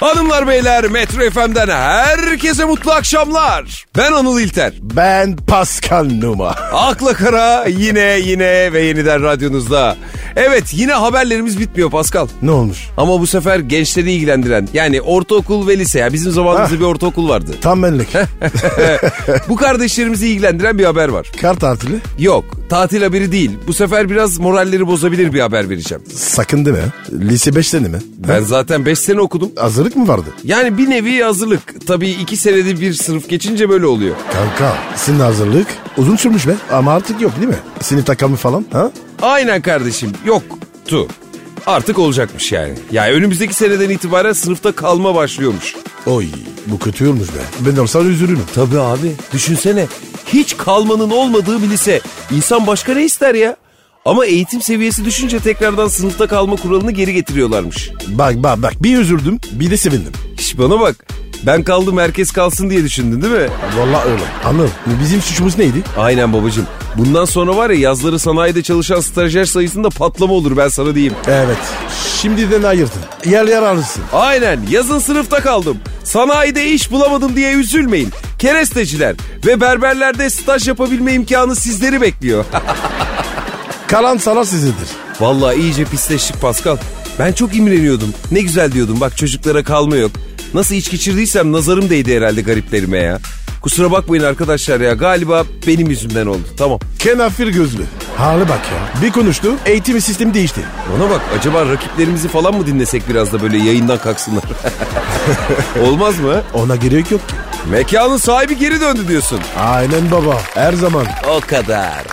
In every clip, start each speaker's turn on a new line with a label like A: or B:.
A: Hanımlar beyler Metro FM'den herkese mutlu akşamlar. Ben Anıl İlter.
B: Ben Pascal Numa.
A: Akla kara yine yine ve yeniden radyonuzda. Evet yine haberlerimiz bitmiyor Pascal.
B: Ne olmuş?
A: Ama bu sefer gençleri ilgilendiren yani ortaokul ve lise ya bizim zamanımızda
B: Ah.
A: bir ortaokul vardı.
B: Tam benlik.
A: bu kardeşlerimizi ilgilendiren bir haber var.
B: Kar tatili.
A: Yok tatil haberi değil. Bu sefer biraz moralleri bozabilir bir haber vereceğim.
B: Sakın deme. Lise 5'te mi?
A: Ben zaten 5 sene okudum.
B: Hazırlık mı vardı?
A: Yani bir nevi hazırlık. Tabii iki senede bir sınıf geçince böyle oluyor.
B: Kanka senin hazırlık uzun sürmüş be. Ama artık yok değil mi? Senin takamı falan ha?
A: Aynen kardeşim yoktu. Artık olacakmış yani. Yani önümüzdeki seneden itibaren sınıfta kalma başlıyormuş.
B: Oy bu kötü olmuş be. Ben olsam üzülürüm.
A: Tabii abi düşünsene hiç kalmanın olmadığı bir lise. İnsan başka ne ister ya? Ama eğitim seviyesi düşünce tekrardan sınıfta kalma kuralını geri getiriyorlarmış.
B: Bak bak bak bir üzüldüm bir de sevindim.
A: Şş bana bak ben kaldım herkes kalsın diye düşündün değil mi?
B: Vallahi öyle. Anıl bizim suçumuz neydi?
A: Aynen babacığım. Bundan sonra var ya yazları sanayide çalışan stajyer sayısında patlama olur ben sana diyeyim.
B: Evet. Şimdiden ayırdın. Yer yer alırsın.
A: Aynen yazın sınıfta kaldım. Sanayide iş bulamadım diye üzülmeyin. Keresteciler ve berberlerde staj yapabilme imkanı sizleri bekliyor.
B: Kalan sana sizindir.
A: Vallahi iyice pisleştik Pascal. Ben çok imreniyordum. Ne güzel diyordum bak çocuklara kalma yok. Nasıl iç geçirdiysem nazarım değdi herhalde gariplerime ya. Kusura bakmayın arkadaşlar ya galiba benim yüzümden oldu. Tamam.
B: Kenafir gözlü. Hali bak ya. Bir konuştu eğitim sistemi değişti.
A: Ona bak acaba rakiplerimizi falan mı dinlesek biraz da böyle yayından kalksınlar? Olmaz mı?
B: Ona gerek yok ki.
A: Mekanın sahibi geri döndü diyorsun.
B: Aynen baba. Her zaman.
A: O kadar.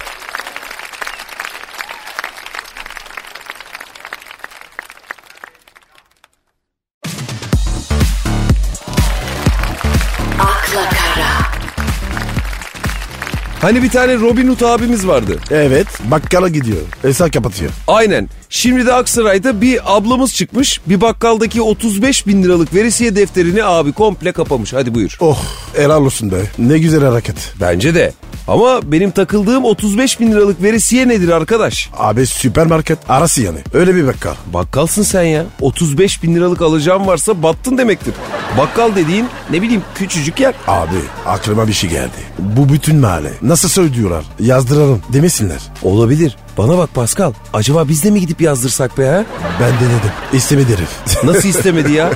A: Hani bir tane Robin Hood abimiz vardı.
B: Evet. Bakkala gidiyor. Hesap kapatıyor.
A: Aynen. Şimdi de Aksaray'da bir ablamız çıkmış. Bir bakkaldaki 35 bin liralık veresiye defterini abi komple kapamış. Hadi buyur.
B: Oh helal olsun be. Ne güzel hareket.
A: Bence de. Ama benim takıldığım 35 bin liralık veresiye nedir arkadaş?
B: Abi süpermarket arası yani. Öyle bir bakkal.
A: Bakkalsın sen ya. 35 bin liralık alacağım varsa battın demektir. Bakkal dediğin ne bileyim küçücük yer.
B: Abi aklıma bir şey geldi. Bu bütün mahalle. Nasıl söylüyorlar? Yazdıralım demesinler.
A: Olabilir. Bana bak Pascal. Acaba biz de mi gidip yazdırsak be ha?
B: Ben denedim. İstemedi herif.
A: Nasıl istemedi ya?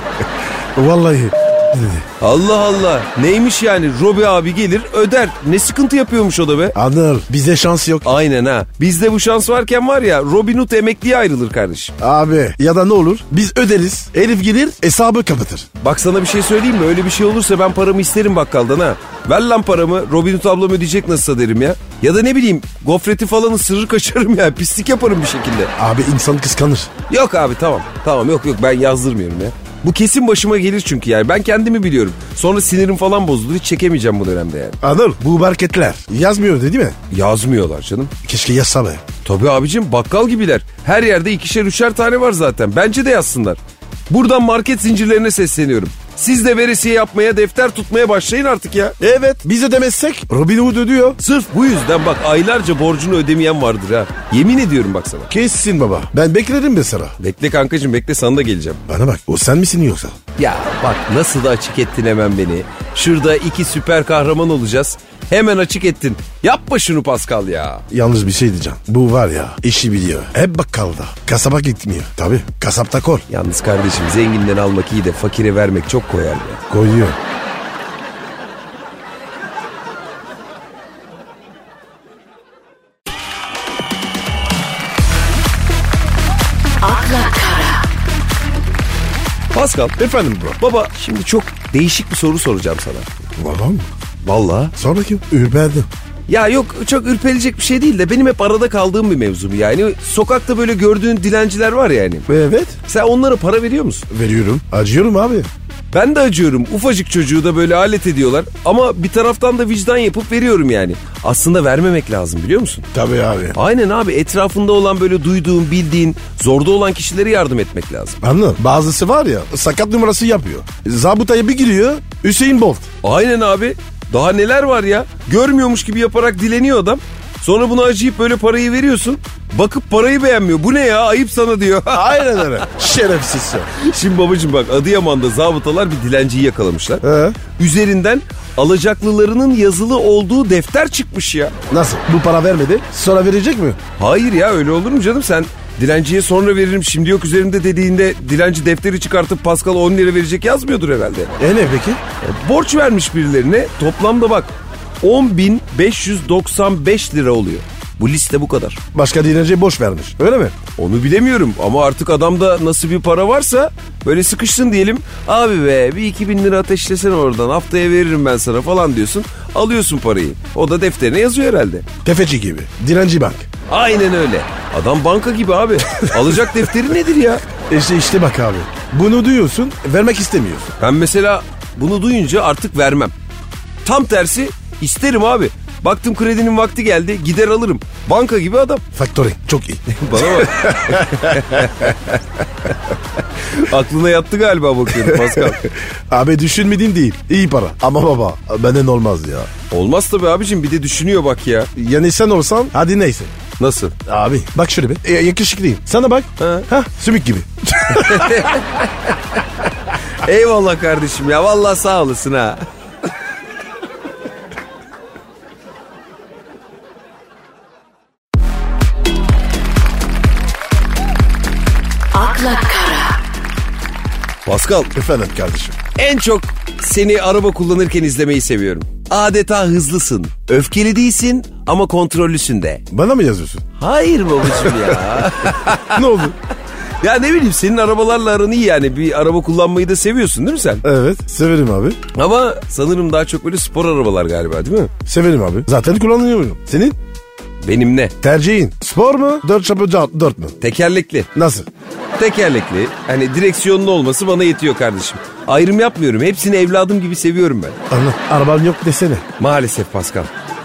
B: Vallahi dedi.
A: Allah Allah. Neymiş yani? Robi abi gelir öder. Ne sıkıntı yapıyormuş o da be?
B: Anır bize şans yok.
A: Aynen ha. Bizde bu şans varken var ya Robin Hood emekliye ayrılır kardeşim.
B: Abi ya da ne olur biz öderiz. Elif gelir hesabı kapatır.
A: Bak sana bir şey söyleyeyim mi? Öyle bir şey olursa ben paramı isterim bakkaldan ha. Ver lan paramı. Robin Hood ablam ödeyecek nasılsa derim ya. Ya da ne bileyim gofreti falan ısırır kaçarım ya. Pislik yaparım bir şekilde.
B: Abi insan kıskanır.
A: Yok abi tamam. Tamam yok yok ben yazdırmıyorum ya. Bu kesin başıma gelir çünkü yani. Ben kendimi biliyorum. Sonra sinirim falan bozulur. Hiç çekemeyeceğim bu dönemde yani.
B: Anır bu marketler yazmıyor değil mi?
A: Yazmıyorlar canım.
B: Keşke yazsa be.
A: Tabii abicim bakkal gibiler. Her yerde ikişer üçer tane var zaten. Bence de yazsınlar. Buradan market zincirlerine sesleniyorum. Siz de veresiye yapmaya, defter tutmaya başlayın artık ya.
B: Evet biz ödemezsek Robin Hood ödüyor.
A: Sırf bu yüzden bak aylarca borcunu ödemeyen vardır ha. Yemin ediyorum bak sana.
B: Kessin baba. Ben beklerim mesela.
A: Bekle kankacığım bekle sana da geleceğim.
B: Bana bak o sen misin yoksa?
A: Ya bak nasıl da açık ettin hemen beni. Şurada iki süper kahraman olacağız. Hemen açık ettin. Yapma şunu Pascal ya.
B: Yalnız bir şey diyeceğim. Bu var ya işi biliyor. Hep bakkalda. Kasaba gitmiyor. Tabi kasapta kol.
A: Yalnız kardeşim zenginden almak iyi de fakire vermek çok koyar ya.
B: Koyuyor.
A: Pascal
B: Efendim bro.
A: baba şimdi çok değişik bir soru soracağım sana.
B: Valla mı?
A: Valla?
B: Sonra kim? Ürperdim.
A: Ya yok çok ürpelecek bir şey değil de benim hep arada kaldığım bir mevzu bu yani. Sokakta böyle gördüğün dilenciler var yani.
B: Evet.
A: Sen onlara para veriyor musun?
B: Veriyorum. Acıyorum abi.
A: Ben de acıyorum. Ufacık çocuğu da böyle alet ediyorlar. Ama bir taraftan da vicdan yapıp veriyorum yani. Aslında vermemek lazım biliyor musun?
B: Tabi abi.
A: Aynen abi etrafında olan böyle duyduğun, bildiğin, zorda olan kişilere yardım etmek lazım.
B: Anladın? Bazısı var ya sakat numarası yapıyor. Zabıtaya bir giriyor Hüseyin Bolt.
A: Aynen abi. Daha neler var ya? Görmüyormuş gibi yaparak dileniyor adam. Sonra buna acıyıp böyle parayı veriyorsun. Bakıp parayı beğenmiyor. Bu ne ya ayıp sana diyor.
B: Aynen öyle. Şerefsiz ya.
A: Şimdi babacım bak Adıyaman'da zabıtalar bir dilenciyi yakalamışlar.
B: He.
A: Üzerinden alacaklılarının yazılı olduğu defter çıkmış ya.
B: Nasıl? Bu para vermedi. Sonra verecek mi?
A: Hayır ya öyle olur mu canım sen dilenciye sonra veririm şimdi yok üzerimde dediğinde dilenci defteri çıkartıp Pascal 10 lira verecek yazmıyordur herhalde.
B: E ne peki?
A: E, borç vermiş birilerine toplamda bak 10.595 lira oluyor. Bu liste bu kadar.
B: Başka dilenciye boş vermiş. Öyle mi?
A: Onu bilemiyorum ama artık adamda nasıl bir para varsa böyle sıkıştın diyelim. Abi be bir 2000 lira ateşlesene oradan haftaya veririm ben sana falan diyorsun. Alıyorsun parayı. O da defterine yazıyor herhalde.
B: Tefeci gibi. Dilenci bank.
A: Aynen öyle. Adam banka gibi abi. Alacak defteri nedir ya?
B: İşte, işte bak abi. Bunu duyuyorsun, vermek istemiyorsun.
A: Ben mesela bunu duyunca artık vermem. Tam tersi isterim abi. Baktım kredinin vakti geldi gider alırım. Banka gibi adam.
B: Factoring çok iyi.
A: Bana bak. Aklına yattı galiba bakıyorum Pascal.
B: abi düşünmediğim değil. İyi para. Ama baba benden olmaz ya.
A: Olmaz tabii abicim bir de düşünüyor bak ya.
B: Yani sen olsan hadi neyse.
A: Nasıl?
B: Abi bak şöyle bir. E, yakışıklıyım. Sana bak.
A: Ha.
B: Hah sümük gibi.
A: Eyvallah kardeşim ya vallahi sağ olasın ha.
C: akla kara,
A: Pascal
B: Efendim kardeşim.
A: en çok seni araba kullanırken izlemeyi seviyorum. Adeta hızlısın. Öfkeli değilsin ama kontrollüsün de.
B: Bana mı yazıyorsun?
A: Hayır babacığım ya.
B: ne oldu?
A: Ya ne bileyim senin arabalarla aran iyi yani. Bir araba kullanmayı da seviyorsun değil mi sen?
B: Evet severim abi.
A: Ama sanırım daha çok böyle spor arabalar galiba değil mi?
B: Severim abi. Zaten kullanıyorum. Senin
A: Benim ne?
B: tercihin spor mu? 4 çapı 4 mu?
A: Tekerlekli.
B: Nasıl?
A: Tekerlekli. Hani direksiyonlu olması bana yetiyor kardeşim. Ayrım yapmıyorum. Hepsini evladım gibi seviyorum ben.
B: Anla. Araban yok desene.
A: Maalesef Pascal.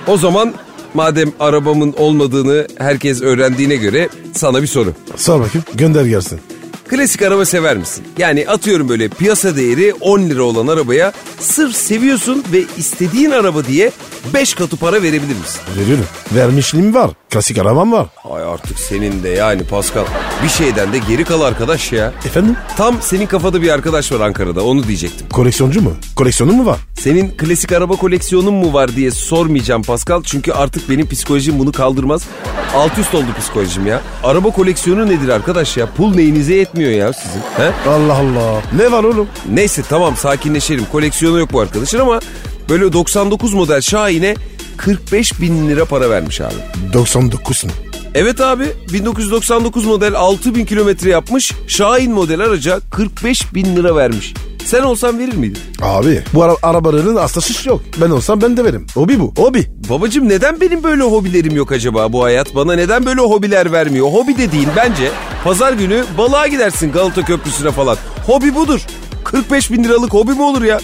A: O zaman madem arabamın olmadığını herkes öğrendiğine göre sana bir soru.
B: Sor bakayım. Gönder gelsin.
A: Klasik araba sever misin? Yani atıyorum böyle piyasa değeri 10 lira olan arabaya sırf seviyorsun ve istediğin araba diye 5 katı para verebilir misin?
B: Veriyorum. Vermişliğim var. Klasik arabam var.
A: Ay artık senin de yani Pascal bir şeyden de geri kal arkadaş ya.
B: Efendim?
A: Tam senin kafada bir arkadaş var Ankara'da onu diyecektim.
B: Koleksiyoncu mu? Koleksiyonu mu var?
A: Senin klasik araba koleksiyonun mu var diye sormayacağım Pascal. Çünkü artık benim psikolojim bunu kaldırmaz. Alt üst oldu psikolojim ya. Araba koleksiyonu nedir arkadaş ya? Pul neyinize yetmiyor ya sizin? He?
B: Allah Allah. Ne var oğlum?
A: Neyse tamam sakinleşelim. Koleksiyonu yok bu arkadaşın ama böyle 99 model Şahin'e 45 bin lira para vermiş abi.
B: 99 mu?
A: Evet abi 1999 model 6000 kilometre yapmış Şahin model araca 45 bin lira vermiş. Sen olsan verir miydin?
B: Abi bu ara- arabaların asla şiş yok. Ben olsam ben de veririm. Hobi bu. Hobi.
A: Babacım neden benim böyle hobilerim yok acaba bu hayat? Bana neden böyle hobiler vermiyor? Hobi dediğin bence pazar günü balığa gidersin Galata Köprüsü'ne falan. Hobi budur. 45 bin liralık hobi mi olur ya?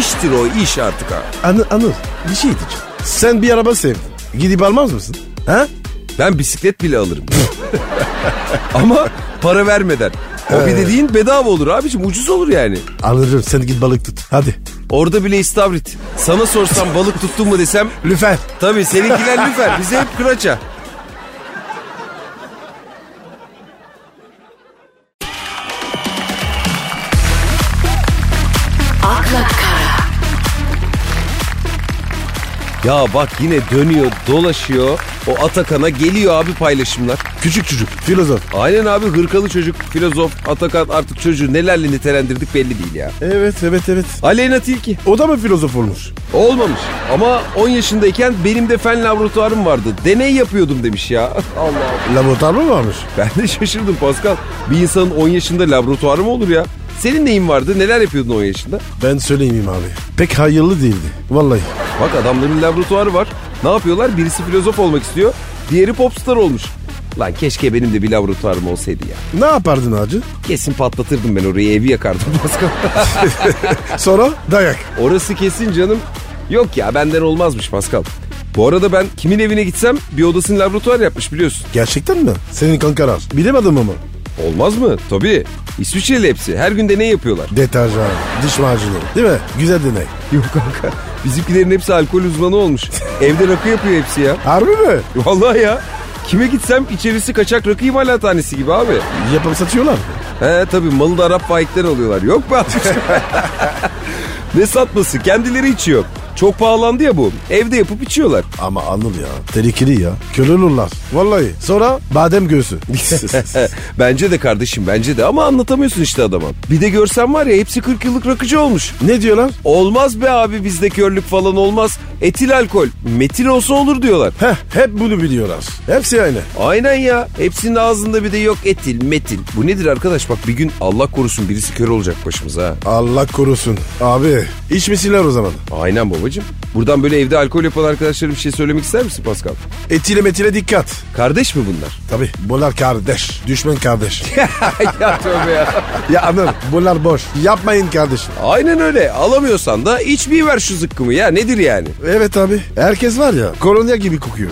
A: İştir o iş artık ha.
B: Anıl, Anıl bir şey diyeceğim. Sen bir araba sevdin. Gidip almaz mısın? Ha?
A: Ben bisiklet bile alırım. Ama para vermeden. Hobi dediğin bedava olur abicim ucuz olur yani.
B: Alırım sen git balık tut. Hadi.
A: Orada bile istavrit. Sana sorsam balık tuttun mu desem
B: Lüfer.
A: tabii seninkiler lüfer. Bize hep kıraça.
C: akla kara,
A: Ya bak yine dönüyor dolaşıyor. O Atakan'a geliyor abi paylaşımlar.
B: Küçük çocuk. Filozof.
A: Aynen abi hırkalı çocuk, filozof, Atakan artık çocuğu nelerle nitelendirdik belli değil ya.
B: Evet evet evet.
A: Aleyna Tilki
B: O da mı filozof olmuş?
A: olmamış ama 10 yaşındayken benim de fen laboratuvarım vardı. Deney yapıyordum demiş ya. Allah
B: Laboratuvar mı varmış?
A: Ben de şaşırdım Pascal. Bir insanın 10 yaşında laboratuvarı mı olur ya? Senin neyin vardı? Neler yapıyordun 10 yaşında?
B: Ben söyleyeyim abi. Pek hayırlı değildi. Vallahi.
A: Bak adamların laboratuvarı var. Ne yapıyorlar? Birisi filozof olmak istiyor. Diğeri popstar olmuş. Lan keşke benim de bir laboratuvarım olsaydı ya.
B: Ne yapardın acı?
A: Kesin patlatırdım ben orayı evi yakardım Pascal.
B: Sonra dayak.
A: Orası kesin canım. Yok ya benden olmazmış Pascal. Bu arada ben kimin evine gitsem bir odasını laboratuvar yapmış biliyorsun.
B: Gerçekten mi? Senin kankalar. Bilemedim ama.
A: Olmaz mı? Tabii. İsviçreli hepsi. Her gün deney yapıyorlar.
B: Deterjan, diş macunu. Değil mi? Güzel deney.
A: Yok kanka. Bizimkilerin hepsi alkol uzmanı olmuş. Evde rakı yapıyor hepsi ya.
B: Harbi mi?
A: Vallahi ya. Kime gitsem içerisi kaçak rakı imalathanesi gibi abi.
B: Yapıp satıyorlar mı?
A: He tabii malı da Arap bayikten alıyorlar. Yok mu artık? ne satması? Kendileri içiyor. Çok pahalandı ya bu. Evde yapıp içiyorlar.
B: Ama anıl ya. Tehlikeli ya. Köle olurlar. Vallahi. Sonra badem göğsü.
A: He, bence de kardeşim bence de ama anlatamıyorsun işte adama. Bir de görsen var ya hepsi 40 yıllık rakıcı olmuş.
B: ne diyorlar?
A: Olmaz be abi bizde körlük falan olmaz. Etil alkol, metil olsa olur diyorlar.
B: Heh, hep bunu biliyorlar. Hepsi aynı.
A: Aynen ya. Hepsinin ağzında bir de yok etil, metil. Bu nedir arkadaş? Bak bir gün Allah korusun birisi kör olacak başımıza ha.
B: Allah korusun. Abi içmesinler o zaman.
A: Aynen babacığım. Buradan böyle evde alkol yapan arkadaşlara bir şey söylemek ister misin Pascal?
B: Etile metile dikkat.
A: Kardeş mi bunlar?
B: Tabi bunlar kardeş. Düşman kardeş.
A: ya tövbe ya.
B: ya anıl bunlar boş. Yapmayın kardeşim.
A: Aynen öyle. Alamıyorsan da iç bir ver şu zıkkımı ya. Nedir yani?
B: Evet abi. Herkes var ya kolonya gibi kokuyor.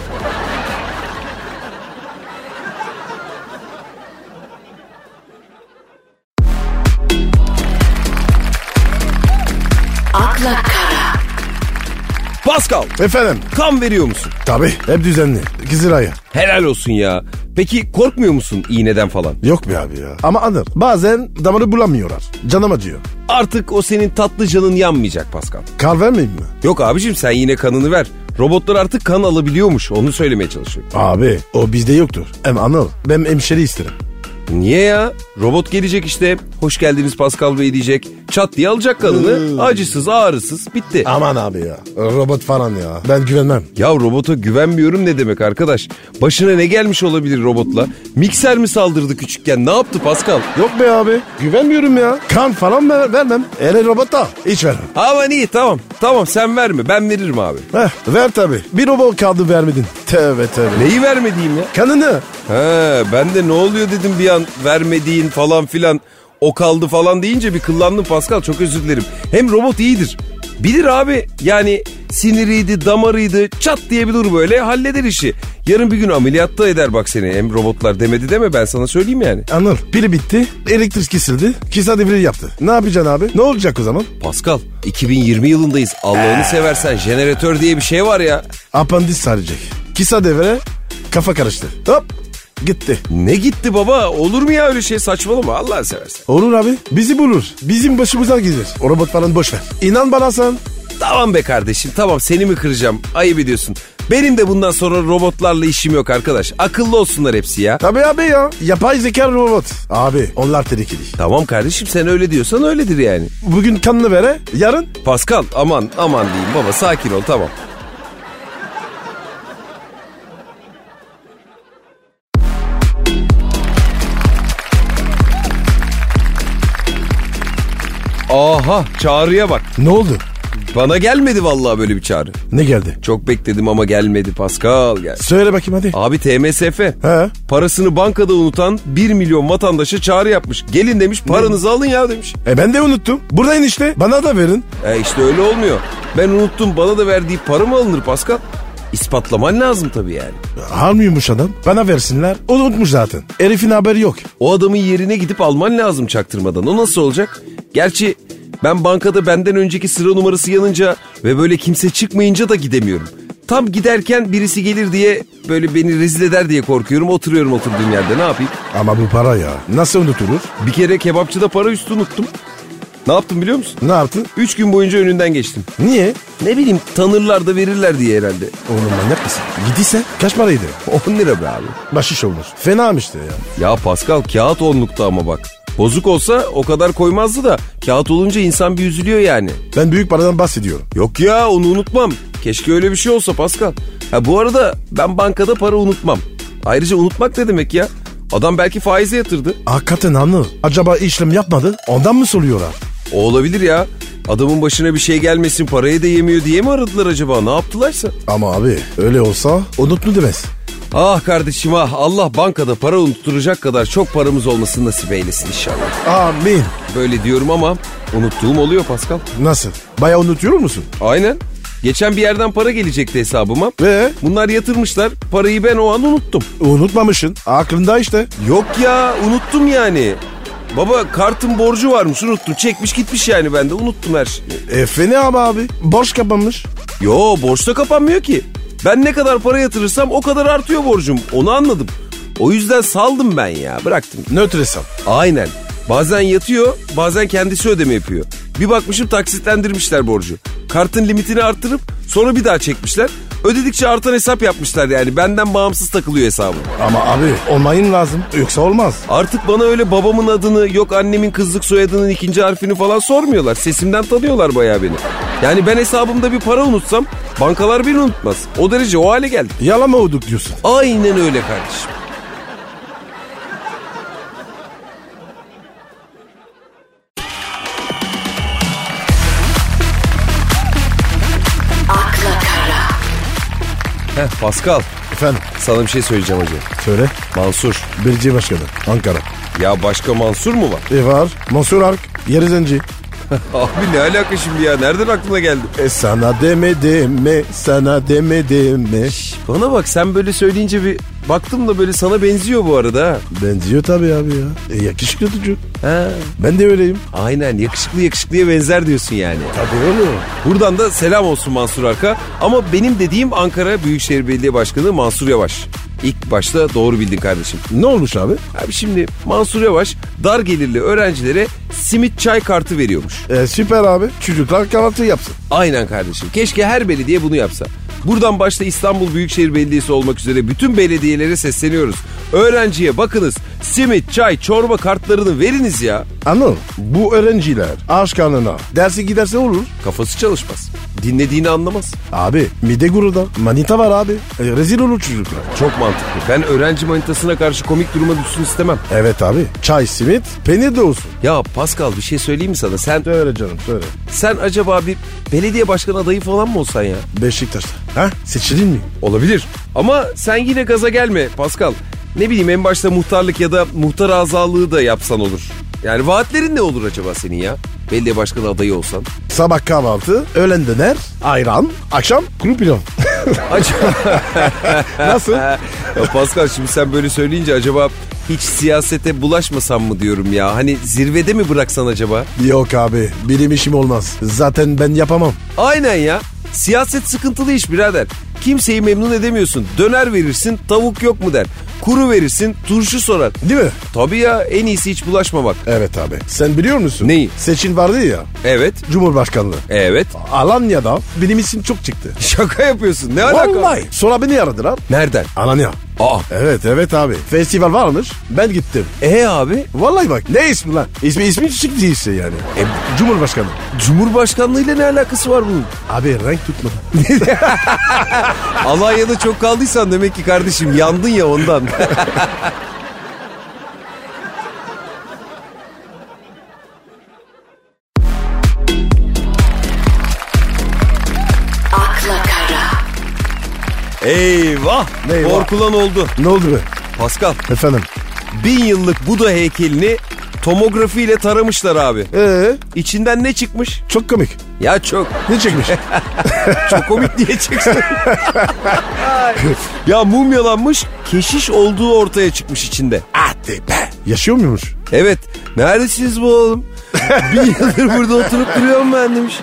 C: akla kara,
A: Pascal
B: Efendim.
A: kan veriyor musun?
B: Tabi hep düzenli. Kızılay'a.
A: Helal olsun ya. Peki korkmuyor musun iğneden falan?
B: Yok be abi ya. Ama anıl bazen damarı bulamıyorlar. Canım acıyor.
A: Artık o senin tatlı canın yanmayacak Pascal.
B: Kar vermeyeyim mi?
A: Yok abicim sen yine kanını ver. Robotlar artık kan alabiliyormuş. Onu söylemeye çalışıyor.
B: Abi o bizde yoktur. Hem anıl ben hemşeri isterim.
A: Niye ya? Robot gelecek işte. Hoş geldiniz Pascal Bey diyecek. Çat diye alacak kanını. Acısız ağrısız bitti.
B: Aman abi ya. Robot falan ya. Ben güvenmem.
A: Ya robota güvenmiyorum ne demek arkadaş? Başına ne gelmiş olabilir robotla? Mikser mi saldırdı küçükken? Ne yaptı Pascal?
B: Yok be abi. Güvenmiyorum ya. Kan falan ver- vermem. Hele robota hiç vermem.
A: Aman iyi tamam. Tamam sen verme ben veririm abi.
B: Heh, ver tabi. Bir robot kağıdı vermedin. Tövbe tövbe.
A: Neyi vermediğim ya?
B: Kanını.
A: He ben de ne oluyor dedim bir an vermediğin falan filan o kaldı falan deyince bir kıllandım Pascal çok özür dilerim. Hem robot iyidir. Bilir abi yani siniriydi damarıydı çat diye bir dur böyle halleder işi. Yarın bir gün ameliyatta eder bak seni hem robotlar demedi deme ben sana söyleyeyim yani.
B: Anıl pili bitti. Elektrik kesildi. Kisa devri yaptı. Ne yapacaksın abi? Ne olacak o zaman?
A: Pascal 2020 yılındayız Allah'ını seversen jeneratör diye bir şey var ya.
B: Apandis saracak. Kisa devre kafa karıştı. Hop gitti.
A: Ne gitti baba olur mu ya öyle şey saçmalama Allah'ını seversen.
B: Olur abi. Bizi bulur. Bizim başımıza gelir. O robot falan boş ver. İnan bana sen.
A: Tamam be kardeşim tamam seni mi kıracağım ayıp ediyorsun. Benim de bundan sonra robotlarla işim yok arkadaş. Akıllı olsunlar hepsi ya.
B: Tabii abi ya. Yapay zeka robot. Abi onlar tehlikeli.
A: Tamam kardeşim sen öyle diyorsan öyledir yani.
B: Bugün kanını vere. Yarın
A: Pascal aman aman diyeyim baba sakin ol tamam. Aha çağrıya bak.
B: ne oldu?
A: Bana gelmedi vallahi böyle bir çağrı.
B: Ne geldi?
A: Çok bekledim ama gelmedi Pascal gel.
B: Söyle bakayım hadi.
A: Abi TMSF
B: He.
A: parasını bankada unutan 1 milyon vatandaşa çağrı yapmış. Gelin demiş paranızı alın ya demiş.
B: E ben de unuttum. Buradayın işte. Bana da verin.
A: E işte öyle olmuyor. Ben unuttum bana da verdiği para mı alınır Pascal? İspatlaman lazım tabii yani.
B: Almıyormuş adam. Bana versinler. O unutmuş zaten. Herifin haberi yok.
A: O adamın yerine gidip alman lazım çaktırmadan. O nasıl olacak? Gerçi ben bankada benden önceki sıra numarası yanınca ve böyle kimse çıkmayınca da gidemiyorum. Tam giderken birisi gelir diye böyle beni rezil eder diye korkuyorum. Oturuyorum oturduğum yerde ne yapayım?
B: Ama bu para ya. Nasıl unutulur?
A: Bir kere kebapçıda para üstü unuttum. Ne yaptım biliyor musun?
B: Ne yaptın?
A: Üç gün boyunca önünden geçtim.
B: Niye?
A: Ne bileyim tanırlar da verirler diye herhalde.
B: Oğlum manyak mısın? Gidiyse kaç paraydı?
A: 10 lira be abi.
B: Başış olmuş. Fenamıştı ya.
A: Ya Pascal kağıt onlukta ama bak. Bozuk olsa o kadar koymazdı da kağıt olunca insan bir üzülüyor yani.
B: Ben büyük paradan bahsediyorum.
A: Yok ya onu unutmam. Keşke öyle bir şey olsa Pascal. Ha bu arada ben bankada para unutmam. Ayrıca unutmak ne demek ya? Adam belki faize yatırdı.
B: Hakikaten anlı. Acaba işlem yapmadı? Ondan mı soruyorlar?
A: O olabilir ya. Adamın başına bir şey gelmesin parayı da yemiyor diye mi aradılar acaba? Ne yaptılarsa?
B: Ama abi öyle olsa unuttu demez.
A: Ah kardeşim ah Allah bankada para unutturacak kadar çok paramız olmasını nasip eylesin inşallah.
B: Amin.
A: Böyle diyorum ama unuttuğum oluyor Pascal.
B: Nasıl? Bayağı unutuyor musun?
A: Aynen. Geçen bir yerden para gelecekti hesabıma.
B: Ve?
A: Bunlar yatırmışlar. Parayı ben o an unuttum.
B: Unutmamışsın. Aklında işte.
A: Yok ya unuttum yani. Baba kartın borcu varmış unuttum. Çekmiş gitmiş yani ben de unuttum her şeyi.
B: E fena ama abi. Borç kapanmış.
A: Yo borçta kapanmıyor ki. Ben ne kadar para yatırırsam o kadar artıyor borcum. Onu anladım. O yüzden saldım ben ya bıraktım.
B: Nötr hesap.
A: Aynen. Bazen yatıyor bazen kendisi ödeme yapıyor. Bir bakmışım taksitlendirmişler borcu. Kartın limitini arttırıp sonra bir daha çekmişler. Ödedikçe artan hesap yapmışlar yani. Benden bağımsız takılıyor hesabım.
B: Ama abi olmayın lazım. Yoksa olmaz.
A: Artık bana öyle babamın adını yok annemin kızlık soyadının ikinci harfini falan sormuyorlar. Sesimden tanıyorlar bayağı beni. Yani ben hesabımda bir para unutsam bankalar beni unutmaz. O derece o hale geldim.
B: Yalama olduk diyorsun.
A: Aynen öyle kardeşim.
C: akla kara,
A: Heh Pascal
B: Efendim
A: sana bir şey söyleyeceğim hocam.
B: söyle.
A: Mansur.
B: Belediye başkanı Ankara.
A: Ya başka Mansur mu var?
B: E var. Mansur Ark. Yeri zenci.
A: Abi ne alaka şimdi ya? Nereden aklına geldi?
B: E sana demedim mi? Sana demedim mi?
A: Bana bak sen böyle söyleyince bir baktım da böyle sana benziyor bu arada. ha.
B: Benziyor tabii abi ya. E yakışıklı çocuk.
A: Ha.
B: Ben de öyleyim.
A: Aynen yakışıklı yakışıklıya benzer diyorsun yani.
B: Tabii öyle.
A: Buradan da selam olsun Mansur Arka. Ama benim dediğim Ankara Büyükşehir Belediye Başkanı Mansur Yavaş. İlk başta doğru bildin kardeşim.
B: Ne olmuş abi?
A: Abi şimdi Mansur Yavaş dar gelirli öğrencilere simit çay kartı veriyormuş.
B: E, süper abi. Çocuklar kahvaltı yapsın.
A: Aynen kardeşim. Keşke her belediye bunu yapsa. Buradan başta İstanbul Büyükşehir Belediyesi olmak üzere bütün belediyelere sesleniyoruz. Öğrenciye bakınız simit, çay, çorba kartlarını veriniz ya.
B: Anıl bu öğrenciler aç karnına derse giderse olur.
A: Kafası çalışmaz. Dinlediğini anlamaz.
B: Abi mide guruda manita var abi. E, rezil olur çocuklar.
A: Çok mantıklı. Ben öğrenci manitasına karşı komik duruma düşsün istemem.
B: Evet abi çay simit peynir de olsun.
A: Ya Pascal bir şey söyleyeyim mi sana? Sen
B: Söyle canım söyle.
A: sen acaba bir belediye başkanı adayı falan mı olsan ya?
B: Beşiktaş'ta. Ha seçildin mi?
A: Olabilir. Ama sen yine gaza gelme Pascal. Ne bileyim en başta muhtarlık ya da muhtar azalığı da yapsan olur. Yani vaatlerin ne olur acaba senin ya? Belediye başkanı adayı olsan.
B: Sabah kahvaltı, öğlen döner, ayran, akşam kuru pilav.
A: Acaba...
B: Nasıl?
A: ya Pascal şimdi sen böyle söyleyince acaba hiç siyasete bulaşmasan mı diyorum ya? Hani zirvede mi bıraksan acaba?
B: Yok abi benim işim olmaz. Zaten ben yapamam.
A: Aynen ya. Siyaset sıkıntılı iş birader. Kimseyi memnun edemiyorsun. Döner verirsin tavuk yok mu der. Kuru verirsin turşu sorar.
B: Değil mi?
A: Tabii ya en iyisi hiç bulaşmamak.
B: Evet abi. Sen biliyor musun?
A: Neyi?
B: Seçim vardı ya.
A: Evet.
B: Cumhurbaşkanlığı.
A: Evet.
B: Alanya'da benim isim çok çıktı.
A: Şaka yapıyorsun. Ne alaka?
B: Vallahi. Sonra beni aradılar.
A: Nereden?
B: Alanya.
A: Aa.
B: Evet evet abi. Festival varmış. Ben gittim.
A: E abi?
B: Vallahi bak ne ismi lan? İsmi ismi çıktı işte yani. E, Cumhurbaşkanı.
A: Cumhurbaşkanlığıyla ne alakası var bunun?
B: Abi renk tutmadı.
A: Alanya'da çok kaldıysan demek ki kardeşim yandın ya ondan.
C: akla kara,
A: Eyvah.
B: Eyvah.
A: Korkulan oldu.
B: ne oldu be?
A: Pascal
B: Efendim.
A: bin yıllık Buda heykelini tomografiyle taramışlar abi.
B: Ee,
A: İçinden ne çıkmış?
B: çok komik.
A: Ya çok.
B: Ne çekmiş?
A: Çok komik diye çıksın. ya mumyalanmış keşiş olduğu ortaya çıkmış içinde.
B: Hadi E, be. Yaşıyor muymuş?
A: Evet. Neredesiniz bu oğlum? Bir yıldır burada oturup duruyorum ben demiş.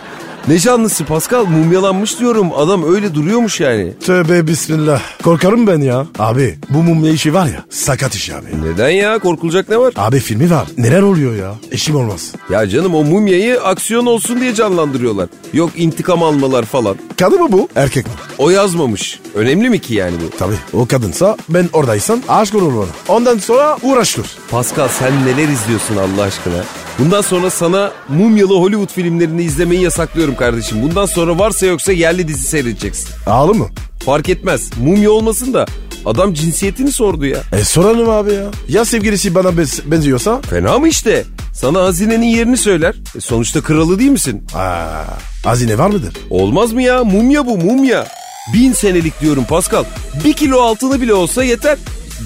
A: Ne canlısı Pascal mumyalanmış diyorum. Adam öyle duruyormuş yani.
B: Tövbe bismillah. Korkarım ben ya. Abi bu mumya işi var ya sakat iş abi.
A: Neden ya? Korkulacak ne var?
B: Abi filmi var. Neler oluyor ya? Eşim olmaz.
A: Ya canım o mumyayı aksiyon olsun diye canlandırıyorlar. Yok intikam almalar falan.
B: Kadın mı bu? Erkek mi?
A: O yazmamış. Önemli mi ki yani bu?
B: Tabii o kadınsa ben oradaysam aşk olur bana. Ondan sonra uğraştır.
A: Pascal sen neler izliyorsun Allah aşkına? Bundan sonra sana mumyalı Hollywood filmlerini izlemeyi yasaklıyorum kardeşim. Bundan sonra varsa yoksa yerli dizi seyredeceksin.
B: Ağlı mı?
A: Fark etmez. Mumya olmasın da adam cinsiyetini sordu ya.
B: E soralım abi ya. Ya sevgilisi bana bez- benziyorsa?
A: Fena mı işte? Sana hazinenin yerini söyler. E sonuçta kralı değil misin?
B: Aa, hazine var mıdır?
A: Olmaz mı ya? Mumya bu mumya. Bin senelik diyorum Pascal. Bir kilo altını bile olsa yeter.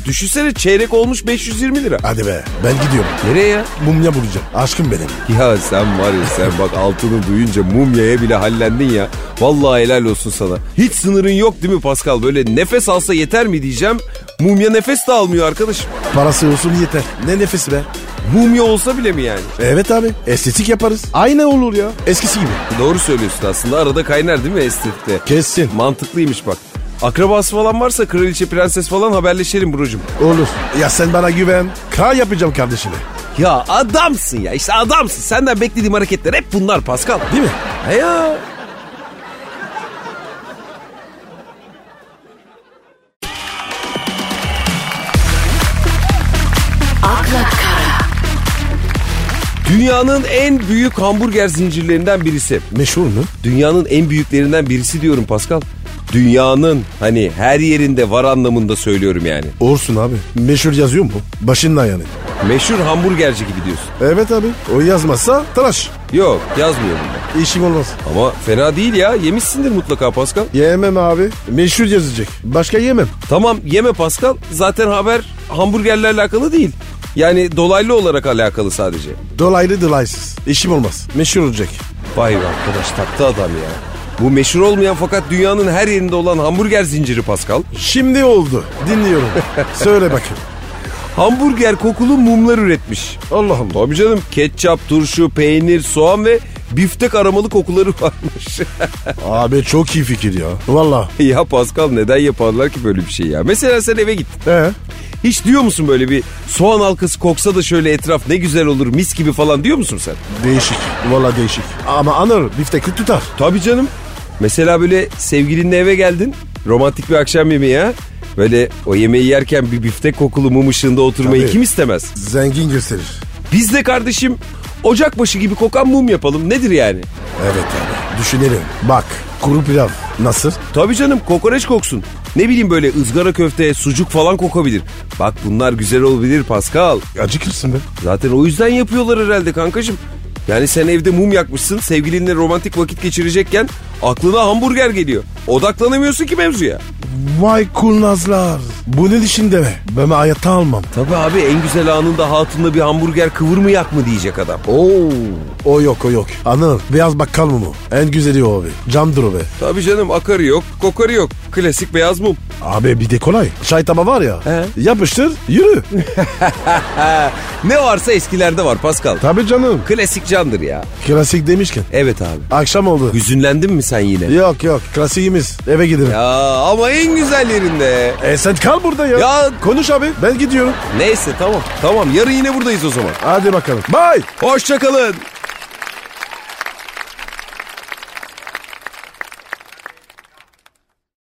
A: Düşünsene çeyrek olmuş 520 lira.
B: Hadi be ben gidiyorum.
A: Nereye ya?
B: Mumya bulacağım. Aşkım benim.
A: Ya sen var ya sen bak altını duyunca mumyaya bile hallendin ya. Vallahi helal olsun sana. Hiç sınırın yok değil mi Pascal? Böyle nefes alsa yeter mi diyeceğim. Mumya nefes de almıyor arkadaşım.
B: Parası olsun yeter. Ne nefesi be.
A: Mumya olsa bile mi yani?
B: Evet abi estetik yaparız. Aynı olur ya. Eskisi gibi.
A: Doğru söylüyorsun aslında arada kaynar değil mi estetikte?
B: Kessin.
A: Mantıklıymış bak. Akrabası falan varsa kraliçe prenses falan haberleşelim brocum.
B: Olur. Ya sen bana güven. Kral yapacağım kardeşine.
A: Ya adamsın ya işte adamsın. Senden beklediğim hareketler hep bunlar Pascal.
B: Değil mi?
A: Ha ya.
C: akla kara,
A: Dünyanın en büyük hamburger zincirlerinden birisi.
B: Meşhur mu?
A: Dünyanın en büyüklerinden birisi diyorum Pascal. Dünyanın hani her yerinde var anlamında söylüyorum yani.
B: Olsun abi. Meşhur yazıyor mu? Başından yani.
A: Meşhur hamburgerci gibi diyorsun.
B: Evet abi. O yazmazsa tıraş.
A: Yok yazmıyorum ben.
B: İşim olmaz.
A: Ama fena değil ya yemişsindir mutlaka Pascal.
B: Yemem abi. Meşhur yazacak. Başka yemem.
A: Tamam yeme Pascal zaten haber hamburgerle alakalı değil. Yani dolaylı olarak alakalı sadece.
B: Dolaylı dolaysız. İşim olmaz. Meşhur olacak.
A: Vay be arkadaş tatlı adam ya. Bu meşhur olmayan fakat dünyanın her yerinde olan hamburger zinciri Pascal.
B: Şimdi oldu. Dinliyorum. Söyle bakayım.
A: Hamburger kokulu mumlar üretmiş.
B: Allah Allah.
A: Tabii canım ketçap, turşu, peynir, soğan ve biftek aromalı kokuları varmış.
B: Abi çok iyi fikir ya. Valla.
A: ya Pascal neden yaparlar ki böyle bir şey ya? Mesela sen eve git.
B: Ee?
A: Hiç diyor musun böyle bir soğan halkası koksa da şöyle etraf ne güzel olur mis gibi falan diyor musun sen?
B: Değişik. Valla değişik. Ama anır. Bifteki tutar.
A: Tabii canım. Mesela böyle sevgilinle eve geldin. Romantik bir akşam yemeği ha. Böyle o yemeği yerken bir biftek kokulu mum ışığında oturmayı
B: Tabii.
A: kim istemez?
B: Zengin gösterir.
A: Biz de kardeşim ocakbaşı gibi kokan mum yapalım. Nedir yani?
B: Evet abi. Düşünelim. Bak. Kuru pilav. Nasıl?
A: Tabii canım kokoreç koksun. Ne bileyim böyle ızgara köfte, sucuk falan kokabilir. Bak bunlar güzel olabilir Pascal.
B: Acıkırsın be.
A: Zaten o yüzden yapıyorlar herhalde kankacığım. Yani sen evde mum yakmışsın, sevgilinle romantik vakit geçirecekken aklına hamburger geliyor. Odaklanamıyorsun ki mevzuya.
B: Vay kurnazlar. Bu ne işin deme. Ben hayatta almam.
A: Tabii abi en güzel anında hatunla bir hamburger kıvır mı yak mı diyecek adam.
B: Oo. O yok o yok. Anır. Beyaz bakkal mı bu? En güzeli o abi. Camdır o be.
A: Tabii canım akarı yok, kokarı yok. Klasik beyaz mum.
B: Abi bir de kolay. Çay tabağı var ya.
A: He.
B: Yapıştır yürü.
A: Ha, ne varsa eskilerde var Pascal.
B: Tabii canım.
A: Klasik candır ya.
B: Klasik demişken.
A: Evet abi.
B: Akşam oldu.
A: Hüzünlendin mi sen yine?
B: Yok yok klasiğimiz. Eve gidelim.
A: Ya ama en güzel yerinde.
B: E sen kal burada ya.
A: Ya-
B: Konuş abi ben gidiyorum.
A: Neyse tamam. Tamam yarın yine buradayız o zaman.
B: Hadi bakalım. Bye.
A: Hoşçakalın.